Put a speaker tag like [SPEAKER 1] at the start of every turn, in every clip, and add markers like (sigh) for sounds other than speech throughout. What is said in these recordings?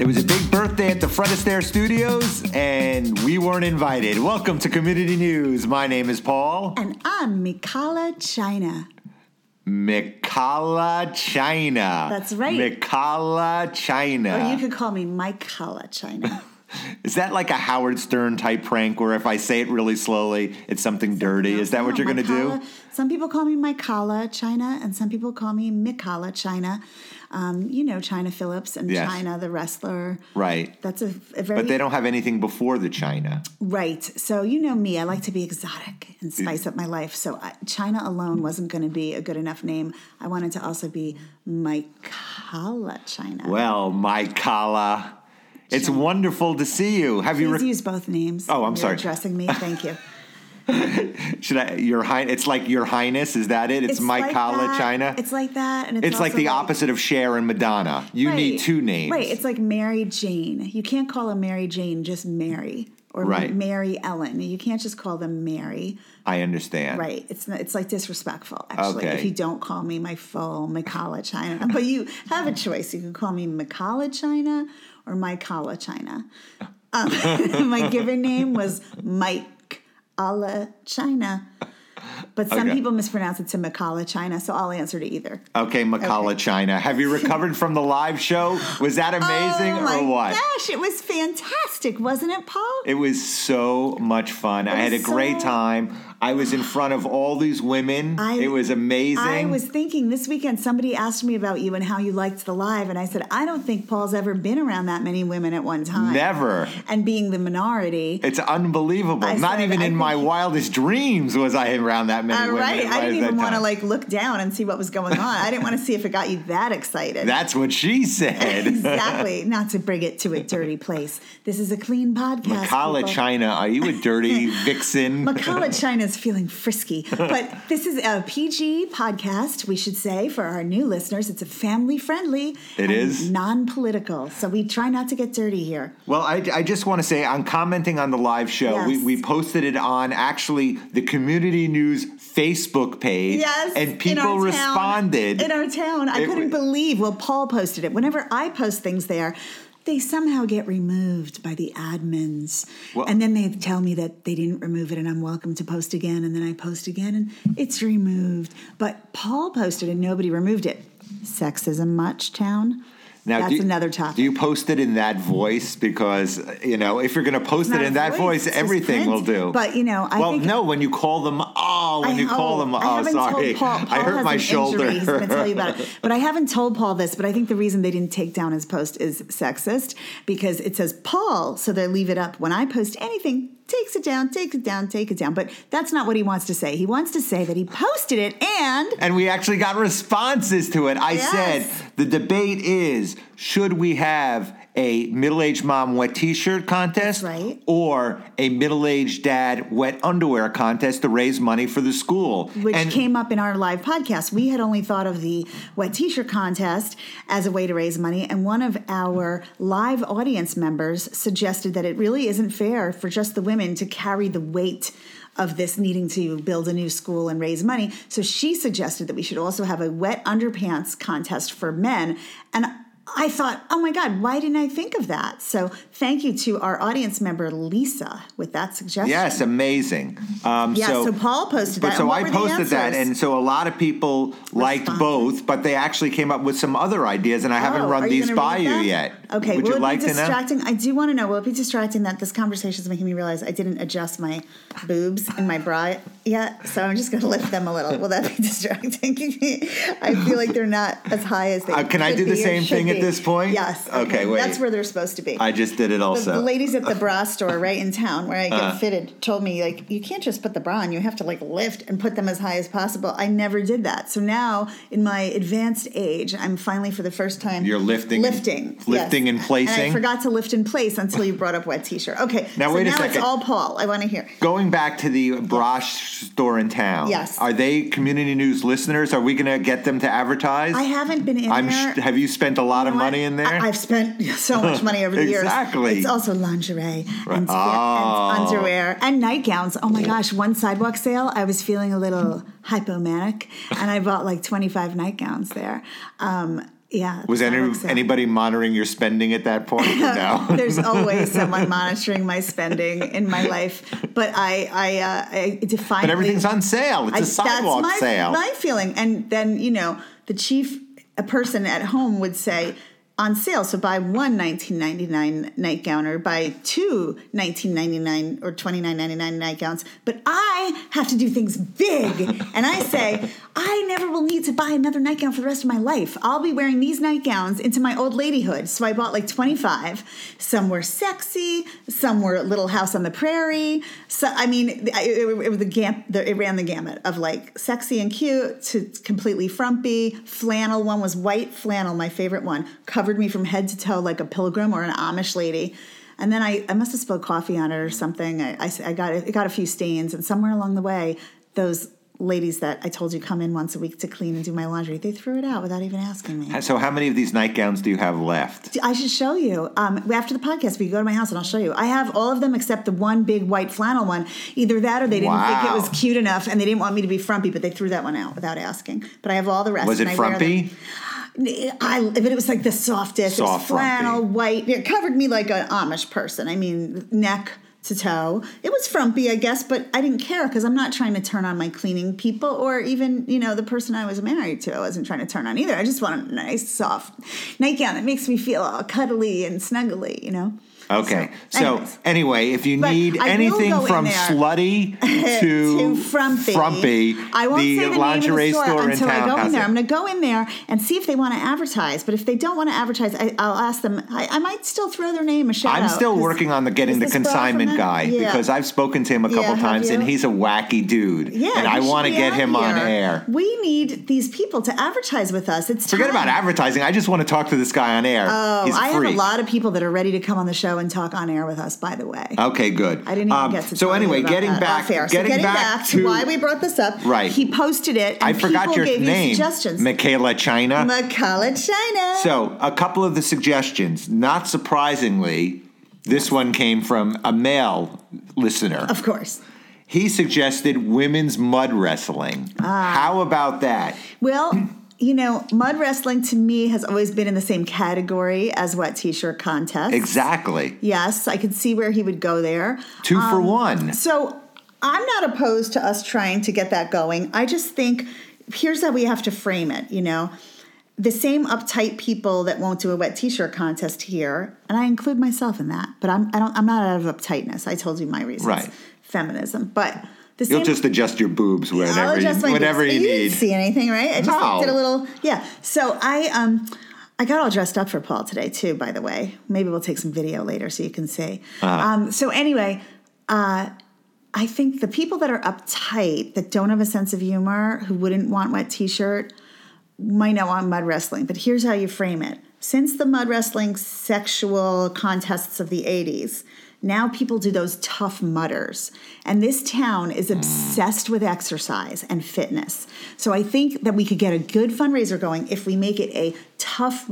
[SPEAKER 1] It was a big birthday at the Fred Astaire Studios, and we weren't invited. Welcome to Community News. My name is Paul.
[SPEAKER 2] And I'm Mikala China.
[SPEAKER 1] Mikala China.
[SPEAKER 2] That's right.
[SPEAKER 1] Mikala
[SPEAKER 2] Or you
[SPEAKER 1] China.
[SPEAKER 2] could call me Mikala China.
[SPEAKER 1] Is that like a Howard Stern type prank where if I say it really slowly, it's something dirty? (laughs) Is that what you're going to do?
[SPEAKER 2] Mikala- Some people call me Mikala China, and some people call me Mikala China. Um, you know, China Phillips and
[SPEAKER 1] Yes.
[SPEAKER 2] China the wrestler.
[SPEAKER 1] Right.
[SPEAKER 2] That's a, a very
[SPEAKER 1] But they don't have anything before the China.
[SPEAKER 2] right. So you know me, I like to be exotic and spice up my life. So I, China alone wasn't going to be a good enough name. I wanted to also be Mikala China.
[SPEAKER 1] Well, Mikala, it's wonderful to see you. Have you?
[SPEAKER 2] Please
[SPEAKER 1] Re-
[SPEAKER 2] use both names.
[SPEAKER 1] Oh, I'm
[SPEAKER 2] You're
[SPEAKER 1] sorry.
[SPEAKER 2] Addressing me,
[SPEAKER 1] (laughs)
[SPEAKER 2] thank you.
[SPEAKER 1] should I? Your high. It's like your highness. Is that it? It's,
[SPEAKER 2] like
[SPEAKER 1] Mikala
[SPEAKER 2] that,
[SPEAKER 1] China.
[SPEAKER 2] It's like that, and it's,
[SPEAKER 1] It's like
[SPEAKER 2] also
[SPEAKER 1] the opposite of Cher and Madonna. You need
[SPEAKER 2] Right.
[SPEAKER 1] two names.
[SPEAKER 2] Right. It's like Mary Jane. You can't call a Mary Jane just Mary or
[SPEAKER 1] Right.
[SPEAKER 2] Mary Ellen. You can't just call them Mary.
[SPEAKER 1] I understand.
[SPEAKER 2] Right. It's not, it's like disrespectful actually
[SPEAKER 1] Okay.
[SPEAKER 2] if you don't call me my full Mikala China. (laughs) but you have a choice. You can call me Mikala China or Mikala China. Um, (laughs) my given name was Mike Ala China. But some
[SPEAKER 1] Okay.
[SPEAKER 2] people mispronounce it to Mikala China, so I'll answer to either.
[SPEAKER 1] Okay, Makala China. Have you recovered from the live show? Was that amazing
[SPEAKER 2] (laughs) oh my
[SPEAKER 1] or what?
[SPEAKER 2] gosh, it was fantastic, wasn't it, Paul?
[SPEAKER 1] It was so much fun. I had a
[SPEAKER 2] was
[SPEAKER 1] great
[SPEAKER 2] so-
[SPEAKER 1] time. I was in front of all these women.
[SPEAKER 2] I-
[SPEAKER 1] it was amazing.
[SPEAKER 2] I was thinking this weekend somebody asked me about you and how you liked the live, and I said I don't think Paul's ever been around that many women at one time.
[SPEAKER 1] Never.
[SPEAKER 2] And being the minority,
[SPEAKER 1] It's unbelievable.
[SPEAKER 2] I
[SPEAKER 1] Not
[SPEAKER 2] said,
[SPEAKER 1] even
[SPEAKER 2] I
[SPEAKER 1] in my
[SPEAKER 2] think-
[SPEAKER 1] wildest dreams was I around that many
[SPEAKER 2] all
[SPEAKER 1] women.
[SPEAKER 2] right,
[SPEAKER 1] at
[SPEAKER 2] I didn't
[SPEAKER 1] that
[SPEAKER 2] even want to
[SPEAKER 1] time.
[SPEAKER 2] like look down and see what was going on. I didn't want to see if it got you that excited.
[SPEAKER 1] That's what
[SPEAKER 2] (laughs)
[SPEAKER 1] she said.
[SPEAKER 2] exactly. Not to bring it to a
[SPEAKER 1] (laughs)
[SPEAKER 2] dirty place. This is a clean podcast.
[SPEAKER 1] Makala
[SPEAKER 2] people.
[SPEAKER 1] China, are you a
[SPEAKER 2] (laughs)
[SPEAKER 1] dirty vixen?
[SPEAKER 2] McCullough China's feeling frisky, but this is a PG podcast, we should say, for our new listeners. It's a family friendly.
[SPEAKER 1] It
[SPEAKER 2] and
[SPEAKER 1] is.
[SPEAKER 2] non political, so we try not to get dirty here.
[SPEAKER 1] Well, I, I just want to say I'm commenting on the live show. We,
[SPEAKER 2] Yes.
[SPEAKER 1] we posted it on actually the community news Facebook page.
[SPEAKER 2] Yes,
[SPEAKER 1] And
[SPEAKER 2] in
[SPEAKER 1] people
[SPEAKER 2] our town-
[SPEAKER 1] responded.
[SPEAKER 2] in our town. I
[SPEAKER 1] It
[SPEAKER 2] couldn't
[SPEAKER 1] wa-
[SPEAKER 2] believe. Well, Paul posted it. Whenever I post things there. They somehow get removed by the admins.
[SPEAKER 1] Well-
[SPEAKER 2] and then they tell me that they didn't remove it and I'm welcome to post again. And then I post again and it's removed. But Paul posted and nobody removed it. Sexism much, town?
[SPEAKER 1] Now,
[SPEAKER 2] That's
[SPEAKER 1] do you-
[SPEAKER 2] another topic.
[SPEAKER 1] Do you post it in that voice? Because, you know, if you're going to post it
[SPEAKER 2] not
[SPEAKER 1] in
[SPEAKER 2] a
[SPEAKER 1] that
[SPEAKER 2] voice,
[SPEAKER 1] voice,
[SPEAKER 2] it's just
[SPEAKER 1] everything will
[SPEAKER 2] print.
[SPEAKER 1] do.
[SPEAKER 2] But, you know, I
[SPEAKER 1] well,
[SPEAKER 2] think-
[SPEAKER 1] no, when you call them, oh, when
[SPEAKER 2] I-
[SPEAKER 1] you call them, oh,
[SPEAKER 2] I haven't
[SPEAKER 1] sorry,
[SPEAKER 2] Told Paul,
[SPEAKER 1] I
[SPEAKER 2] Paul
[SPEAKER 1] hurt
[SPEAKER 2] has
[SPEAKER 1] my
[SPEAKER 2] an
[SPEAKER 1] shoulder.
[SPEAKER 2] Injury. He's going to tell you about
[SPEAKER 1] (laughs)
[SPEAKER 2] it. But I haven't told Paul this, but I think the reason they didn't take down his post is sexist because it says Paul, so they leave it up. When I post anything, takes it down, takes it down, take it down. But that's not what he wants to say. He wants to say that he posted it and
[SPEAKER 1] and we actually got responses to it. I
[SPEAKER 2] Yes.
[SPEAKER 1] said the debate is should we have a middle-aged mom wet t-shirt contest
[SPEAKER 2] That's right.
[SPEAKER 1] or a middle-aged dad wet underwear contest to raise money for the school.
[SPEAKER 2] which
[SPEAKER 1] and
[SPEAKER 2] came up in our live podcast. We had only thought of the wet t-shirt contest as a way to raise money, and one of our live audience members suggested that it really isn't fair for just the women to carry the weight of this needing to build a new school and raise money. So she suggested that we should also have a wet underpants contest for men, and I thought, oh my God, why didn't I think of that? So, thank you to our audience member, Lisa, with that suggestion.
[SPEAKER 1] Yes, amazing. Um,
[SPEAKER 2] Yeah, so, Paul posted that.
[SPEAKER 1] But
[SPEAKER 2] and
[SPEAKER 1] so
[SPEAKER 2] what
[SPEAKER 1] I
[SPEAKER 2] were the
[SPEAKER 1] posted that,
[SPEAKER 2] answers?
[SPEAKER 1] and so a lot of people liked
[SPEAKER 2] Responded.
[SPEAKER 1] both, but they actually came up with some other ideas, and I haven't
[SPEAKER 2] Oh, are
[SPEAKER 1] run
[SPEAKER 2] you
[SPEAKER 1] these
[SPEAKER 2] gonna
[SPEAKER 1] by
[SPEAKER 2] read
[SPEAKER 1] you
[SPEAKER 2] that?
[SPEAKER 1] yet.
[SPEAKER 2] Okay,
[SPEAKER 1] would
[SPEAKER 2] will
[SPEAKER 1] you
[SPEAKER 2] it
[SPEAKER 1] like
[SPEAKER 2] be
[SPEAKER 1] to know?
[SPEAKER 2] distracting? I do want to know. Will it be distracting that this conversation is making me realize I didn't adjust my boobs in my bra yet? So I'm just going to lift them a little. Will that be (laughs) distracting? I feel like they're not as high as they.
[SPEAKER 1] Uh, can I
[SPEAKER 2] could
[SPEAKER 1] do the
[SPEAKER 2] be or
[SPEAKER 1] same
[SPEAKER 2] should
[SPEAKER 1] thing at
[SPEAKER 2] be.
[SPEAKER 1] this point?
[SPEAKER 2] Yes.
[SPEAKER 1] Okay, wait.
[SPEAKER 2] That's where they're supposed to be.
[SPEAKER 1] I just did it
[SPEAKER 2] the,
[SPEAKER 1] also.
[SPEAKER 2] the ladies at the bra store right in town where I get
[SPEAKER 1] Uh-huh.
[SPEAKER 2] fitted told me like you can't just put the bra on you have to like lift and put them as high as possible. I never did that. So now in my advanced age, I'm finally for the first time
[SPEAKER 1] You're lifting-
[SPEAKER 2] lifting,
[SPEAKER 1] lifting and placing?
[SPEAKER 2] I forgot to lift and place until you brought up wet t-shirt. Okay,
[SPEAKER 1] Now,
[SPEAKER 2] so
[SPEAKER 1] wait a
[SPEAKER 2] now
[SPEAKER 1] second.
[SPEAKER 2] It's all Paul. I want to hear.
[SPEAKER 1] Going back to the bra sh- store in town.
[SPEAKER 2] Yes.
[SPEAKER 1] Are they community news listeners? Are we going to get them to advertise?
[SPEAKER 2] I haven't been in
[SPEAKER 1] I'm.
[SPEAKER 2] there.
[SPEAKER 1] Sh- have you spent a lot of
[SPEAKER 2] know
[SPEAKER 1] money
[SPEAKER 2] what?
[SPEAKER 1] in there?
[SPEAKER 2] I, have spent (laughs) so much money over the
[SPEAKER 1] Exactly.
[SPEAKER 2] years. It's also lingerie
[SPEAKER 1] Right.
[SPEAKER 2] and, spe-
[SPEAKER 1] Oh.
[SPEAKER 2] and underwear and nightgowns. Oh my gosh, one sidewalk sale, I was feeling a little hypomanic and I bought like 25 nightgowns there. Um, Yeah.
[SPEAKER 1] Was
[SPEAKER 2] I
[SPEAKER 1] any,
[SPEAKER 2] think so.
[SPEAKER 1] anybody (laughs) monitoring your spending at that
[SPEAKER 2] (laughs)
[SPEAKER 1] point? No. (laughs)
[SPEAKER 2] There's always someone monitoring my spending in my life, but I I, uh, I defiantly.
[SPEAKER 1] But everything's on sale. It's a
[SPEAKER 2] I-
[SPEAKER 1] sidewalk
[SPEAKER 2] that's my,
[SPEAKER 1] sale.
[SPEAKER 2] My feeling, and then you know, the chief, a person at home would say, on sale. So buy one 1999 nightgown, or buy two 1999 or 29.99 nightgowns. But I have to do things big, and I say, I never will need to buy another nightgown for the rest of my life. I'll be wearing these nightgowns into my old ladyhood. So I bought like 25. Some were sexy. Some were Little House on the Prairie. So I mean, it, it, it was the gam- the, it ran the gamut of like sexy and cute to completely frumpy. Flannel one was white flannel, my favorite one, covered me from head to toe like a pilgrim or an Amish lady. And then I, I must have spilled coffee on it or something. I, I s- I got it got a few stains, and somewhere along the way, those ladies that I told you come in once a week to clean and do my laundry, they threw it out without even asking me.
[SPEAKER 1] so, how many of these nightgowns do you have left?
[SPEAKER 2] I should show you. Um, after the podcast, we can go to my house and I'll show you. I have all of them except the one big white flannel one. Either that or they didn't think
[SPEAKER 1] Wow.
[SPEAKER 2] it was cute enough and they didn't want me to be frumpy, but they threw that one out without asking. But I have all the rest.
[SPEAKER 1] Was
[SPEAKER 2] and
[SPEAKER 1] it
[SPEAKER 2] I wear them.
[SPEAKER 1] frumpy?
[SPEAKER 2] I, but it was like the softest. it was
[SPEAKER 1] Soft,
[SPEAKER 2] flannel, white. It covered me like an Amish person. I mean, neck to toe. It was frumpy, I guess, but I didn't care because I'm not trying to turn on my cleaning people or even, you know, the person I was married to. I wasn't trying to turn on either. I just want a nice, soft nightgown that makes me feel all cuddly and snuggly, you know?
[SPEAKER 1] Okay.
[SPEAKER 2] So,
[SPEAKER 1] So,
[SPEAKER 2] anyways.
[SPEAKER 1] anyway, if you
[SPEAKER 2] But
[SPEAKER 1] need
[SPEAKER 2] I will
[SPEAKER 1] anything
[SPEAKER 2] go in
[SPEAKER 1] from
[SPEAKER 2] there.
[SPEAKER 1] slutty to,
[SPEAKER 2] (laughs) to frumpy.
[SPEAKER 1] frumpy,
[SPEAKER 2] I won't
[SPEAKER 1] the
[SPEAKER 2] say the
[SPEAKER 1] lingerie
[SPEAKER 2] name of the store,
[SPEAKER 1] store in
[SPEAKER 2] until I
[SPEAKER 1] town
[SPEAKER 2] go in
[SPEAKER 1] has
[SPEAKER 2] there.
[SPEAKER 1] it.
[SPEAKER 2] I'm going to go in there and see if they want to advertise. But if they don't want to advertise, I, I'll ask them. I, I might still throw their name a shout
[SPEAKER 1] I'm
[SPEAKER 2] out,
[SPEAKER 1] still
[SPEAKER 2] Oh, 'cause-
[SPEAKER 1] working on the getting
[SPEAKER 2] is
[SPEAKER 1] the
[SPEAKER 2] this bra from
[SPEAKER 1] consignment
[SPEAKER 2] that-
[SPEAKER 1] guy
[SPEAKER 2] Yeah.
[SPEAKER 1] because I've spoken to him a
[SPEAKER 2] Yeah,
[SPEAKER 1] couple
[SPEAKER 2] have
[SPEAKER 1] times and
[SPEAKER 2] you?
[SPEAKER 1] he's a wacky dude.
[SPEAKER 2] Yeah,
[SPEAKER 1] and I
[SPEAKER 2] you should
[SPEAKER 1] want to
[SPEAKER 2] be
[SPEAKER 1] get
[SPEAKER 2] out
[SPEAKER 1] him on
[SPEAKER 2] here.
[SPEAKER 1] air.
[SPEAKER 2] We need these people to advertise with us. It's
[SPEAKER 1] Forget
[SPEAKER 2] time.
[SPEAKER 1] about advertising. I just want to talk to this guy on air.
[SPEAKER 2] Oh,
[SPEAKER 1] he's a
[SPEAKER 2] I have a
[SPEAKER 1] freak.
[SPEAKER 2] lot of people that are ready to come on the show and talk on air with us. By the way,
[SPEAKER 1] Okay, good.
[SPEAKER 2] I didn't even get to.
[SPEAKER 1] Um, So
[SPEAKER 2] tell you
[SPEAKER 1] anyway,
[SPEAKER 2] about
[SPEAKER 1] getting
[SPEAKER 2] that
[SPEAKER 1] back,
[SPEAKER 2] off air. So
[SPEAKER 1] getting, back, to
[SPEAKER 2] why we brought this up.
[SPEAKER 1] Right.
[SPEAKER 2] he posted it. And
[SPEAKER 1] I forgot
[SPEAKER 2] people
[SPEAKER 1] your
[SPEAKER 2] gave
[SPEAKER 1] name,
[SPEAKER 2] You suggestions.
[SPEAKER 1] Michaela China.
[SPEAKER 2] McCullough China.
[SPEAKER 1] So, a couple of the suggestions. Not surprisingly, this one came from a male listener.
[SPEAKER 2] of course.
[SPEAKER 1] He suggested women's mud wrestling.
[SPEAKER 2] Ah.
[SPEAKER 1] How about that?
[SPEAKER 2] Well, you know, mud wrestling to me has always been in the same category as wet t-shirt contest.
[SPEAKER 1] Exactly.
[SPEAKER 2] Yes, I could see where he would go there.
[SPEAKER 1] Two
[SPEAKER 2] Um,
[SPEAKER 1] for one.
[SPEAKER 2] So I'm not opposed to us trying to get that going. I just think here's how we have to frame it, you know. The same uptight people that won't do a wet t-shirt contest here, and I include myself in that, but I'm I don't I'm not out of uptightness. I told you my reasons.
[SPEAKER 1] Right.
[SPEAKER 2] Feminism. But the same
[SPEAKER 1] You'll just adjust your boobs whenever you,
[SPEAKER 2] I'll adjust my
[SPEAKER 1] whenever
[SPEAKER 2] boots.
[SPEAKER 1] you need.
[SPEAKER 2] didn't see anything, right? I just
[SPEAKER 1] No.
[SPEAKER 2] did a little, yeah. So I um, I got all dressed up for Paul today too. By the way, maybe we'll take some video later so you can see.
[SPEAKER 1] Uh-huh.
[SPEAKER 2] Um, so anyway, uh, I think the people that are uptight, that don't have a sense of humor, who wouldn't want wet t-shirt, might not want mud wrestling. But here's how you frame it: since the mud wrestling sexual contests of the '80s. Now people do those tough mudders. And this town is obsessed with exercise and fitness. So I think that we could get a good fundraiser going if we make it a tough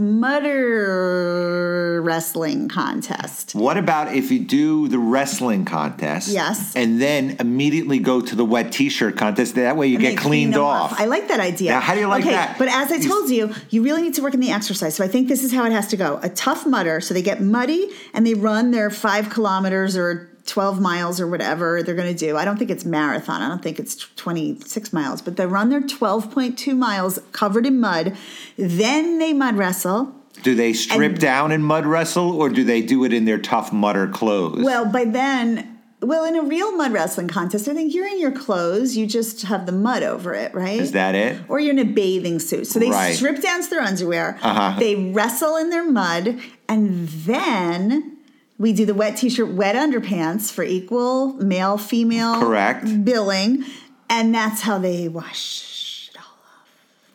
[SPEAKER 2] mudder wrestling contest.
[SPEAKER 1] What about if you do the wrestling contest?
[SPEAKER 2] Yes.
[SPEAKER 1] And then immediately go to the wet t shirt contest. That way you
[SPEAKER 2] They
[SPEAKER 1] get
[SPEAKER 2] clean
[SPEAKER 1] cleaned
[SPEAKER 2] them
[SPEAKER 1] off.
[SPEAKER 2] I like that idea.
[SPEAKER 1] Now, how do you like
[SPEAKER 2] okay,
[SPEAKER 1] that?
[SPEAKER 2] But as I told you, you really need to work in the exercise. So I think this is how it has to go a tough mudder. So they get muddy and they run their five kilometers or 12 miles or whatever they're going to do. I don't think it's marathon. I don't think it's 26 miles, but they run their 12.2 miles covered in mud. Then they mud wrestle.
[SPEAKER 1] do they strip
[SPEAKER 2] and-
[SPEAKER 1] down and mud wrestle or do they do it in their tough mudder clothes?
[SPEAKER 2] Well, by then, well, in a real mud wrestling contest, I think you're in your clothes. You just have the mud over it, right?
[SPEAKER 1] Is that it?
[SPEAKER 2] Or you're in a bathing suit. So they
[SPEAKER 1] Right. Uh-huh.
[SPEAKER 2] strip down to their underwear. They wrestle in their mud, and then we do the wet t-shirt, wet underpants for equal male female
[SPEAKER 1] Correct.
[SPEAKER 2] billing, and that's how they wash. it off.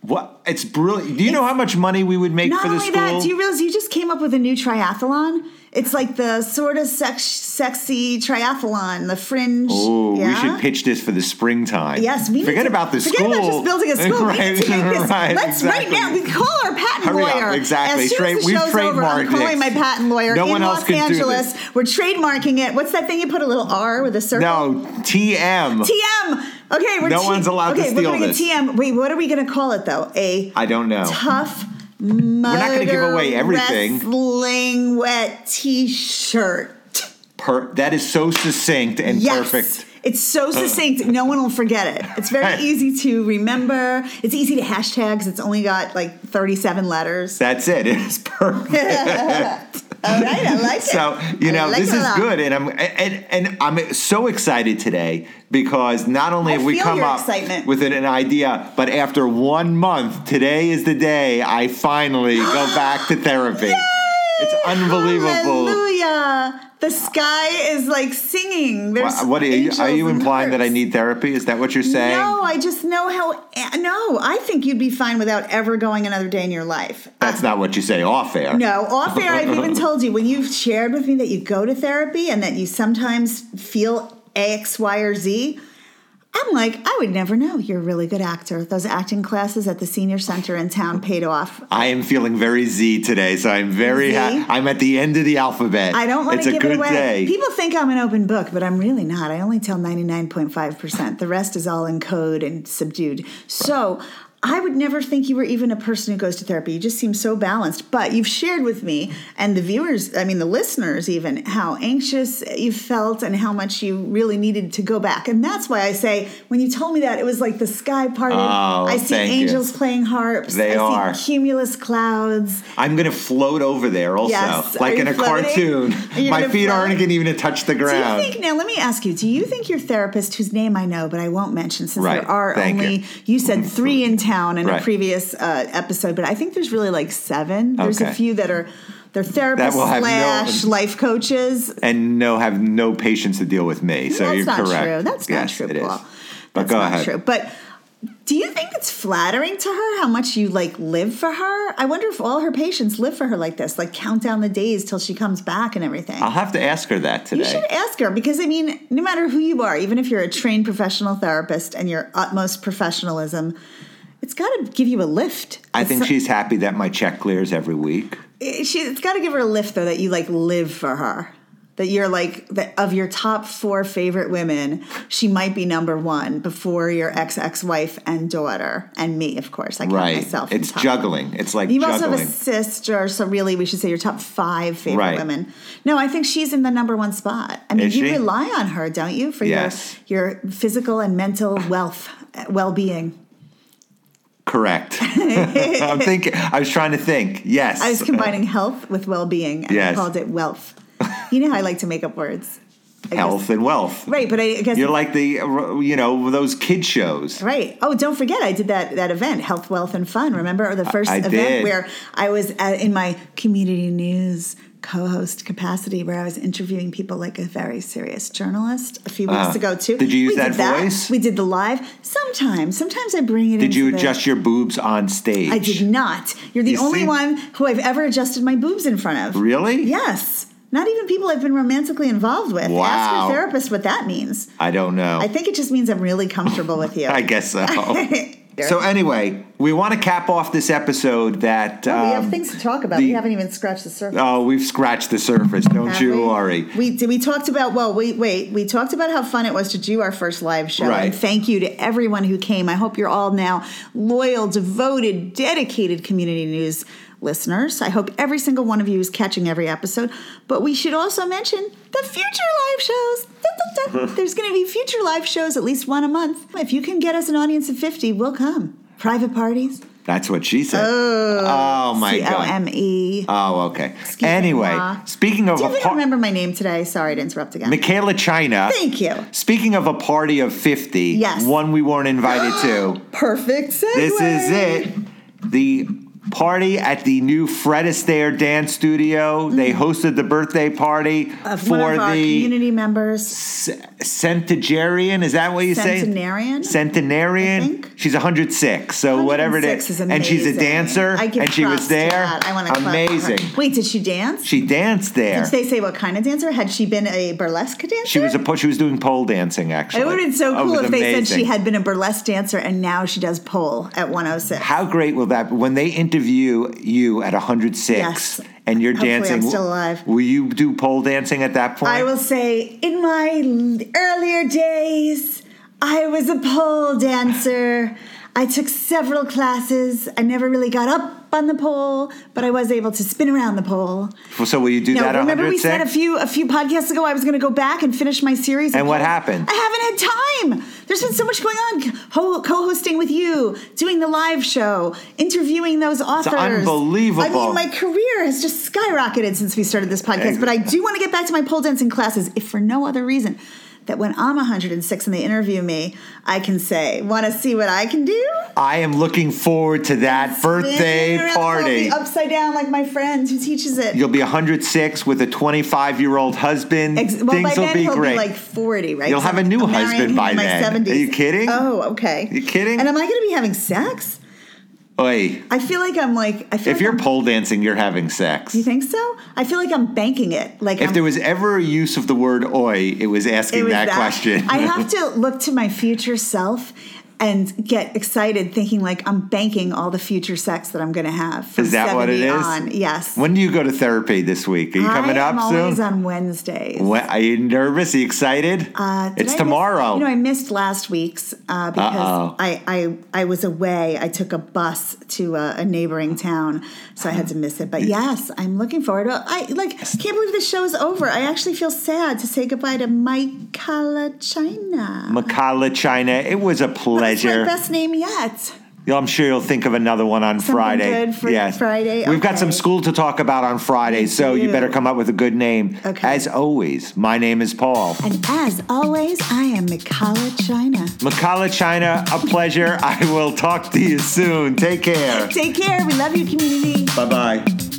[SPEAKER 1] What? It's brilliant. Do you know how much money we would make
[SPEAKER 2] Not
[SPEAKER 1] for the
[SPEAKER 2] only
[SPEAKER 1] school?
[SPEAKER 2] that, do you realize you just came up with a new triathlon? It's like the sort of sex, sexy triathlon, the fringe.
[SPEAKER 1] Ooh, we
[SPEAKER 2] yeah?
[SPEAKER 1] should pitch this for the springtime.
[SPEAKER 2] Yes, we need
[SPEAKER 1] forget
[SPEAKER 2] to-
[SPEAKER 1] about the
[SPEAKER 2] forget
[SPEAKER 1] school.
[SPEAKER 2] about just building a school. We need to make
[SPEAKER 1] (laughs)
[SPEAKER 2] this.
[SPEAKER 1] right,
[SPEAKER 2] Let's
[SPEAKER 1] exactly.
[SPEAKER 2] right now. We call our patent
[SPEAKER 1] Hurry up,
[SPEAKER 2] lawyer.
[SPEAKER 1] exactly.
[SPEAKER 2] As soon
[SPEAKER 1] Trade-
[SPEAKER 2] as the
[SPEAKER 1] we've
[SPEAKER 2] show's over, I'm
[SPEAKER 1] trademarked
[SPEAKER 2] calling
[SPEAKER 1] this.
[SPEAKER 2] my patent lawyer
[SPEAKER 1] No
[SPEAKER 2] in
[SPEAKER 1] one else
[SPEAKER 2] Los
[SPEAKER 1] can do
[SPEAKER 2] Angeles. We're trademarking it. What's that thing you put a little R with a circle?
[SPEAKER 1] No, TM.
[SPEAKER 2] TM. Okay, we're
[SPEAKER 1] No
[SPEAKER 2] T-
[SPEAKER 1] one's allowed to
[SPEAKER 2] okay,
[SPEAKER 1] steal
[SPEAKER 2] we're gonna
[SPEAKER 1] this.
[SPEAKER 2] get TM. Wait, what are we going to call it though? A
[SPEAKER 1] I don't know.
[SPEAKER 2] tough
[SPEAKER 1] We're not going to give away everything.
[SPEAKER 2] Wrestling wet T-shirt.
[SPEAKER 1] Per- that is so succinct and
[SPEAKER 2] Yes.
[SPEAKER 1] perfect. Uh.
[SPEAKER 2] It's so succinct. no one will forget it. It's very easy to remember. It's easy to hashtag because it's only got like 37 letters.
[SPEAKER 1] That's it. (laughs) It is perfect.
[SPEAKER 2] All right, I (laughs) like it.
[SPEAKER 1] So you
[SPEAKER 2] I
[SPEAKER 1] know
[SPEAKER 2] like
[SPEAKER 1] this
[SPEAKER 2] it a
[SPEAKER 1] is
[SPEAKER 2] lot.
[SPEAKER 1] good, and I'm and and I'm so excited today because not only
[SPEAKER 2] I
[SPEAKER 1] have we
[SPEAKER 2] feel
[SPEAKER 1] come
[SPEAKER 2] your
[SPEAKER 1] up
[SPEAKER 2] excitement.
[SPEAKER 1] with an, an idea, but after one month, today is the day I finally
[SPEAKER 2] (gasps)
[SPEAKER 1] go back to therapy. It's unbelievable.
[SPEAKER 2] Hallelujah. The sky is like singing. There's
[SPEAKER 1] Wha- What are you, are
[SPEAKER 2] angels
[SPEAKER 1] you
[SPEAKER 2] and
[SPEAKER 1] implying that I
[SPEAKER 2] hearts.
[SPEAKER 1] need therapy? Is that what you're saying?
[SPEAKER 2] No, I just know how. No, I think you'd be fine without ever going another day in your life.
[SPEAKER 1] That's not what you say off air.
[SPEAKER 2] No, off air, I've even told you when you've shared with me that you go to therapy and that you sometimes feel X, Y, or Z. I'm like, I would never know. You're a really good actor. Those acting classes at the senior center in town paid off.
[SPEAKER 1] I am feeling very Z today, so I'm very
[SPEAKER 2] Z?
[SPEAKER 1] ha- I'm at the end of the alphabet.
[SPEAKER 2] I don't want
[SPEAKER 1] It's
[SPEAKER 2] to
[SPEAKER 1] a
[SPEAKER 2] give
[SPEAKER 1] good
[SPEAKER 2] it away.
[SPEAKER 1] day.
[SPEAKER 2] People think I'm an open book, but I'm really not. I only tell 99.5%. the rest is all in code and subdued. So I would never think you were even a person who goes to therapy. You just seem so balanced. But you've shared with me and the viewers, I mean, the listeners even, how anxious you felt and how much you really needed to go back. And that's why I say, when you told me that, it was like the sky parted.
[SPEAKER 1] Oh,
[SPEAKER 2] I see
[SPEAKER 1] thank you.
[SPEAKER 2] angels playing harps.
[SPEAKER 1] They
[SPEAKER 2] I
[SPEAKER 1] are.
[SPEAKER 2] see cumulus clouds.
[SPEAKER 1] I'm gonna float over there also,
[SPEAKER 2] Yes. Are
[SPEAKER 1] like in
[SPEAKER 2] you
[SPEAKER 1] a
[SPEAKER 2] floating?
[SPEAKER 1] cartoon.
[SPEAKER 2] Are you
[SPEAKER 1] My
[SPEAKER 2] gonna
[SPEAKER 1] feet
[SPEAKER 2] float?
[SPEAKER 1] aren't gonna even touch the
[SPEAKER 2] Do
[SPEAKER 1] ground.
[SPEAKER 2] you think now? Let me ask you. Do you think your therapist, whose name I know but I won't mention, since
[SPEAKER 1] Right.
[SPEAKER 2] there are
[SPEAKER 1] Thank
[SPEAKER 2] only you. said three in town in
[SPEAKER 1] Right.
[SPEAKER 2] a previous uh, episode, but I think there's really like seven. There's
[SPEAKER 1] Okay.
[SPEAKER 2] a few that are they're therapists
[SPEAKER 1] will have no-
[SPEAKER 2] slash life coaches.
[SPEAKER 1] and no, have no patience to deal with me. So
[SPEAKER 2] That's
[SPEAKER 1] you're
[SPEAKER 2] not
[SPEAKER 1] correct.
[SPEAKER 2] true. That's
[SPEAKER 1] yes,
[SPEAKER 2] not
[SPEAKER 1] it
[SPEAKER 2] true,
[SPEAKER 1] is.
[SPEAKER 2] Paul.
[SPEAKER 1] But
[SPEAKER 2] That's
[SPEAKER 1] go
[SPEAKER 2] not
[SPEAKER 1] ahead.
[SPEAKER 2] true. But do you think it's flattering to her how much you like live for her? I wonder if all her patients live for her like this, like count down the days till she comes back and everything.
[SPEAKER 1] I'll have to ask her that today.
[SPEAKER 2] You should ask her because I mean, no matter who you are, even if you're a trained professional therapist and your utmost professionalism, it's got to give you a lift.
[SPEAKER 1] I think
[SPEAKER 2] It's-
[SPEAKER 1] she's happy that my check clears every week.
[SPEAKER 2] it- she, it's got to give her a lift though that you like live for her. That you're like that of your top four favorite women, she might be number one before your ex ex wife and daughter and me, of course. I count
[SPEAKER 1] Right.
[SPEAKER 2] myself. in
[SPEAKER 1] it's
[SPEAKER 2] top.
[SPEAKER 1] juggling. It's like
[SPEAKER 2] You
[SPEAKER 1] juggling.
[SPEAKER 2] also have a sister, so really we should say your top five favorite
[SPEAKER 1] Right.
[SPEAKER 2] women. No, I think she's in the number one spot. I mean,
[SPEAKER 1] Is
[SPEAKER 2] you
[SPEAKER 1] she?
[SPEAKER 2] rely on her, don't you, for
[SPEAKER 1] Yes.
[SPEAKER 2] your your physical and mental wealth, uh, well being. (laughs)
[SPEAKER 1] Correct. (laughs) I'm thinking. I was trying to think. Yes.
[SPEAKER 2] I was combining health with well being, and
[SPEAKER 1] uh, Yes.
[SPEAKER 2] I called it wealth. You know, how I like to make up words. I
[SPEAKER 1] health and wealth.
[SPEAKER 2] Guess, right, but I guess
[SPEAKER 1] You're like the uh, you know those kid shows.
[SPEAKER 2] Right. Oh, don't forget, I did that that event, health, wealth, and fun. Remember or the first
[SPEAKER 1] I
[SPEAKER 2] event
[SPEAKER 1] did.
[SPEAKER 2] where I was uh in my community news co-host capacity, where I was interviewing people like a very serious journalist a few weeks
[SPEAKER 1] Uh,
[SPEAKER 2] ago too.
[SPEAKER 1] did you use
[SPEAKER 2] we
[SPEAKER 1] that
[SPEAKER 2] did
[SPEAKER 1] voice?
[SPEAKER 2] We did the live. Sometimes, sometimes I bring it.
[SPEAKER 1] Did you
[SPEAKER 2] into the-
[SPEAKER 1] adjust your boobs on stage?
[SPEAKER 2] I did not. You're the
[SPEAKER 1] You
[SPEAKER 2] only
[SPEAKER 1] see?
[SPEAKER 2] one who I've ever adjusted my boobs in front of.
[SPEAKER 1] Really?
[SPEAKER 2] Yes. Not even people I've been romantically involved with. Ask
[SPEAKER 1] Wow.
[SPEAKER 2] your therapist what that means.
[SPEAKER 1] I don't know. (laughs)
[SPEAKER 2] I think it just means I'm really comfortable with you. (laughs)
[SPEAKER 1] I guess so. so anyway, we want to cap off this episode that
[SPEAKER 2] Oh, We have
[SPEAKER 1] um,
[SPEAKER 2] things to talk about.
[SPEAKER 1] the-
[SPEAKER 2] we haven't even scratched the surface.
[SPEAKER 1] Oh, we've scratched the surface. Don't
[SPEAKER 2] have
[SPEAKER 1] you
[SPEAKER 2] we?
[SPEAKER 1] worry.
[SPEAKER 2] We did. We talked about. Well, wait, wait. We talked about how fun it was to do our first live show.
[SPEAKER 1] Right.
[SPEAKER 2] And thank you to everyone who came. I hope you're all now loyal, devoted, dedicated community news listeners. I hope every single one of you is catching every episode. But we should also mention the future live shows. Dun,
[SPEAKER 1] (laughs)
[SPEAKER 2] dun, dun. There's going to be future live shows, at least one a month. If you can get us an audience of fifty, we'll come. Private parties.
[SPEAKER 1] That's what she said. Oh, my
[SPEAKER 2] C O
[SPEAKER 1] god.
[SPEAKER 2] M E.
[SPEAKER 1] Oh, okay.
[SPEAKER 2] me,
[SPEAKER 1] anyway,
[SPEAKER 2] Ma.
[SPEAKER 1] speaking of
[SPEAKER 2] Do you
[SPEAKER 1] a
[SPEAKER 2] even
[SPEAKER 1] par-
[SPEAKER 2] remember my name today? Sorry to interrupt again.
[SPEAKER 1] Michaela China.
[SPEAKER 2] Thank you.
[SPEAKER 1] Speaking of a party of 50,
[SPEAKER 2] Yes.
[SPEAKER 1] one we weren't invited
[SPEAKER 2] (gasps)
[SPEAKER 1] to.
[SPEAKER 2] Perfect segue.
[SPEAKER 1] This is it. The party at the new Fred Astaire dance studio. They hosted the birthday party
[SPEAKER 2] Mm-hmm. Of
[SPEAKER 1] for
[SPEAKER 2] one of our
[SPEAKER 1] the
[SPEAKER 2] community members.
[SPEAKER 1] centenarian. Is that what you say?
[SPEAKER 2] Centenarian?
[SPEAKER 1] Centenarian.
[SPEAKER 2] I think.
[SPEAKER 1] She's 106. So whatever it is.
[SPEAKER 2] 106 is
[SPEAKER 1] and she's a
[SPEAKER 2] amazing.
[SPEAKER 1] dancer.
[SPEAKER 2] I give
[SPEAKER 1] and she
[SPEAKER 2] props
[SPEAKER 1] was
[SPEAKER 2] to
[SPEAKER 1] there.
[SPEAKER 2] that. I want to
[SPEAKER 1] Amazing.
[SPEAKER 2] Wait, did she dance?
[SPEAKER 1] She danced there.
[SPEAKER 2] did they say what kind of dancer? Had she been a burlesque dancer?
[SPEAKER 1] She was a po- she was doing pole dancing actually.
[SPEAKER 2] It would have been so
[SPEAKER 1] Oh, it
[SPEAKER 2] cool
[SPEAKER 1] was
[SPEAKER 2] if they said she
[SPEAKER 1] amazing.
[SPEAKER 2] had been a burlesque dancer and now she does pole at 106.
[SPEAKER 1] How great will that when they interview you at 106
[SPEAKER 2] Yes.
[SPEAKER 1] and you're
[SPEAKER 2] Hopefully I'm
[SPEAKER 1] dancing?
[SPEAKER 2] still alive.
[SPEAKER 1] Will you do pole dancing at that point?
[SPEAKER 2] I will say, in my l- earlier days, I was a pole dancer. I took several classes. I never really got up on the pole, but I was able to spin around the pole.
[SPEAKER 1] Well, So will you do
[SPEAKER 2] No,
[SPEAKER 1] that?
[SPEAKER 2] remember we said a
[SPEAKER 1] 106?
[SPEAKER 2] few a few podcasts ago I was going to go back and finish my series.
[SPEAKER 1] And what happened?
[SPEAKER 2] I haven't had time. There's been so much going on. Ho- co-hosting with you, doing the live show, interviewing those authors.
[SPEAKER 1] unbelievable.
[SPEAKER 2] I mean, my career has just skyrocketed since we started this podcast. But I do want to get back to my pole dancing classes, if for no other reason. That when I'm 106 and they interview me, I can say, "Want to see what I can do?"
[SPEAKER 1] I am looking forward to that birthday
[SPEAKER 2] Spin around the world,
[SPEAKER 1] party.
[SPEAKER 2] be upside down, like my friend who teaches it.
[SPEAKER 1] You'll be 106 with a 25 year old husband.
[SPEAKER 2] Ex- well,
[SPEAKER 1] Things
[SPEAKER 2] by
[SPEAKER 1] will
[SPEAKER 2] then
[SPEAKER 1] be
[SPEAKER 2] he'll
[SPEAKER 1] great.
[SPEAKER 2] be like forty, right?
[SPEAKER 1] You'll
[SPEAKER 2] 'Cause
[SPEAKER 1] have a
[SPEAKER 2] I'm-
[SPEAKER 1] new
[SPEAKER 2] I'm marrying
[SPEAKER 1] husband
[SPEAKER 2] him
[SPEAKER 1] by
[SPEAKER 2] in my
[SPEAKER 1] then.
[SPEAKER 2] 70s.
[SPEAKER 1] Are you kidding?
[SPEAKER 2] Oh, okay.
[SPEAKER 1] You kidding?
[SPEAKER 2] And am I going to be having sex?
[SPEAKER 1] Oi,
[SPEAKER 2] I feel like I'm like I feel.
[SPEAKER 1] if
[SPEAKER 2] like
[SPEAKER 1] you're
[SPEAKER 2] I'm-
[SPEAKER 1] pole dancing, you're having sex.
[SPEAKER 2] you think so? I feel like I'm banking it. Like
[SPEAKER 1] If
[SPEAKER 2] I'm,
[SPEAKER 1] there was ever a use of the word "oi," it was asking
[SPEAKER 2] it was
[SPEAKER 1] that, question.
[SPEAKER 2] I have to look to my future self and get excited, thinking like I'm banking all the future sex that I'm going to have. From
[SPEAKER 1] Is that what it
[SPEAKER 2] 70
[SPEAKER 1] is?
[SPEAKER 2] On.
[SPEAKER 1] (laughs)
[SPEAKER 2] Yes.
[SPEAKER 1] when do you go to therapy this week? Are you coming
[SPEAKER 2] I am
[SPEAKER 1] up
[SPEAKER 2] always
[SPEAKER 1] soon?
[SPEAKER 2] on Wednesdays.
[SPEAKER 1] When- are you nervous? Are you excited?
[SPEAKER 2] Uh,
[SPEAKER 1] it's
[SPEAKER 2] did I miss-
[SPEAKER 1] tomorrow.
[SPEAKER 2] you know, I missed last week's uh, because
[SPEAKER 1] Uh-oh.
[SPEAKER 2] I, I I was away. I took a bus to a, a neighboring town, so I had to miss it. But yes, I'm looking forward. to I like can't believe this show is over. I actually feel sad to say goodbye to Mike China.
[SPEAKER 1] Makala, China. It was a
[SPEAKER 2] That's my
[SPEAKER 1] pleasure.
[SPEAKER 2] best name yet.
[SPEAKER 1] I'm sure you'll think of another one on Friday.
[SPEAKER 2] good for
[SPEAKER 1] yes.
[SPEAKER 2] Friday?
[SPEAKER 1] We've got
[SPEAKER 2] Okay.
[SPEAKER 1] some school to talk about on Friday, so you
[SPEAKER 2] do.
[SPEAKER 1] better come up with a good name.
[SPEAKER 2] Okay.
[SPEAKER 1] As always, my name is Paul.
[SPEAKER 2] And as always, I am Mikala China.
[SPEAKER 1] Makala, China. A pleasure. I will talk to you soon. Take care.
[SPEAKER 2] (laughs) Take care. We love you, community.
[SPEAKER 1] Bye bye.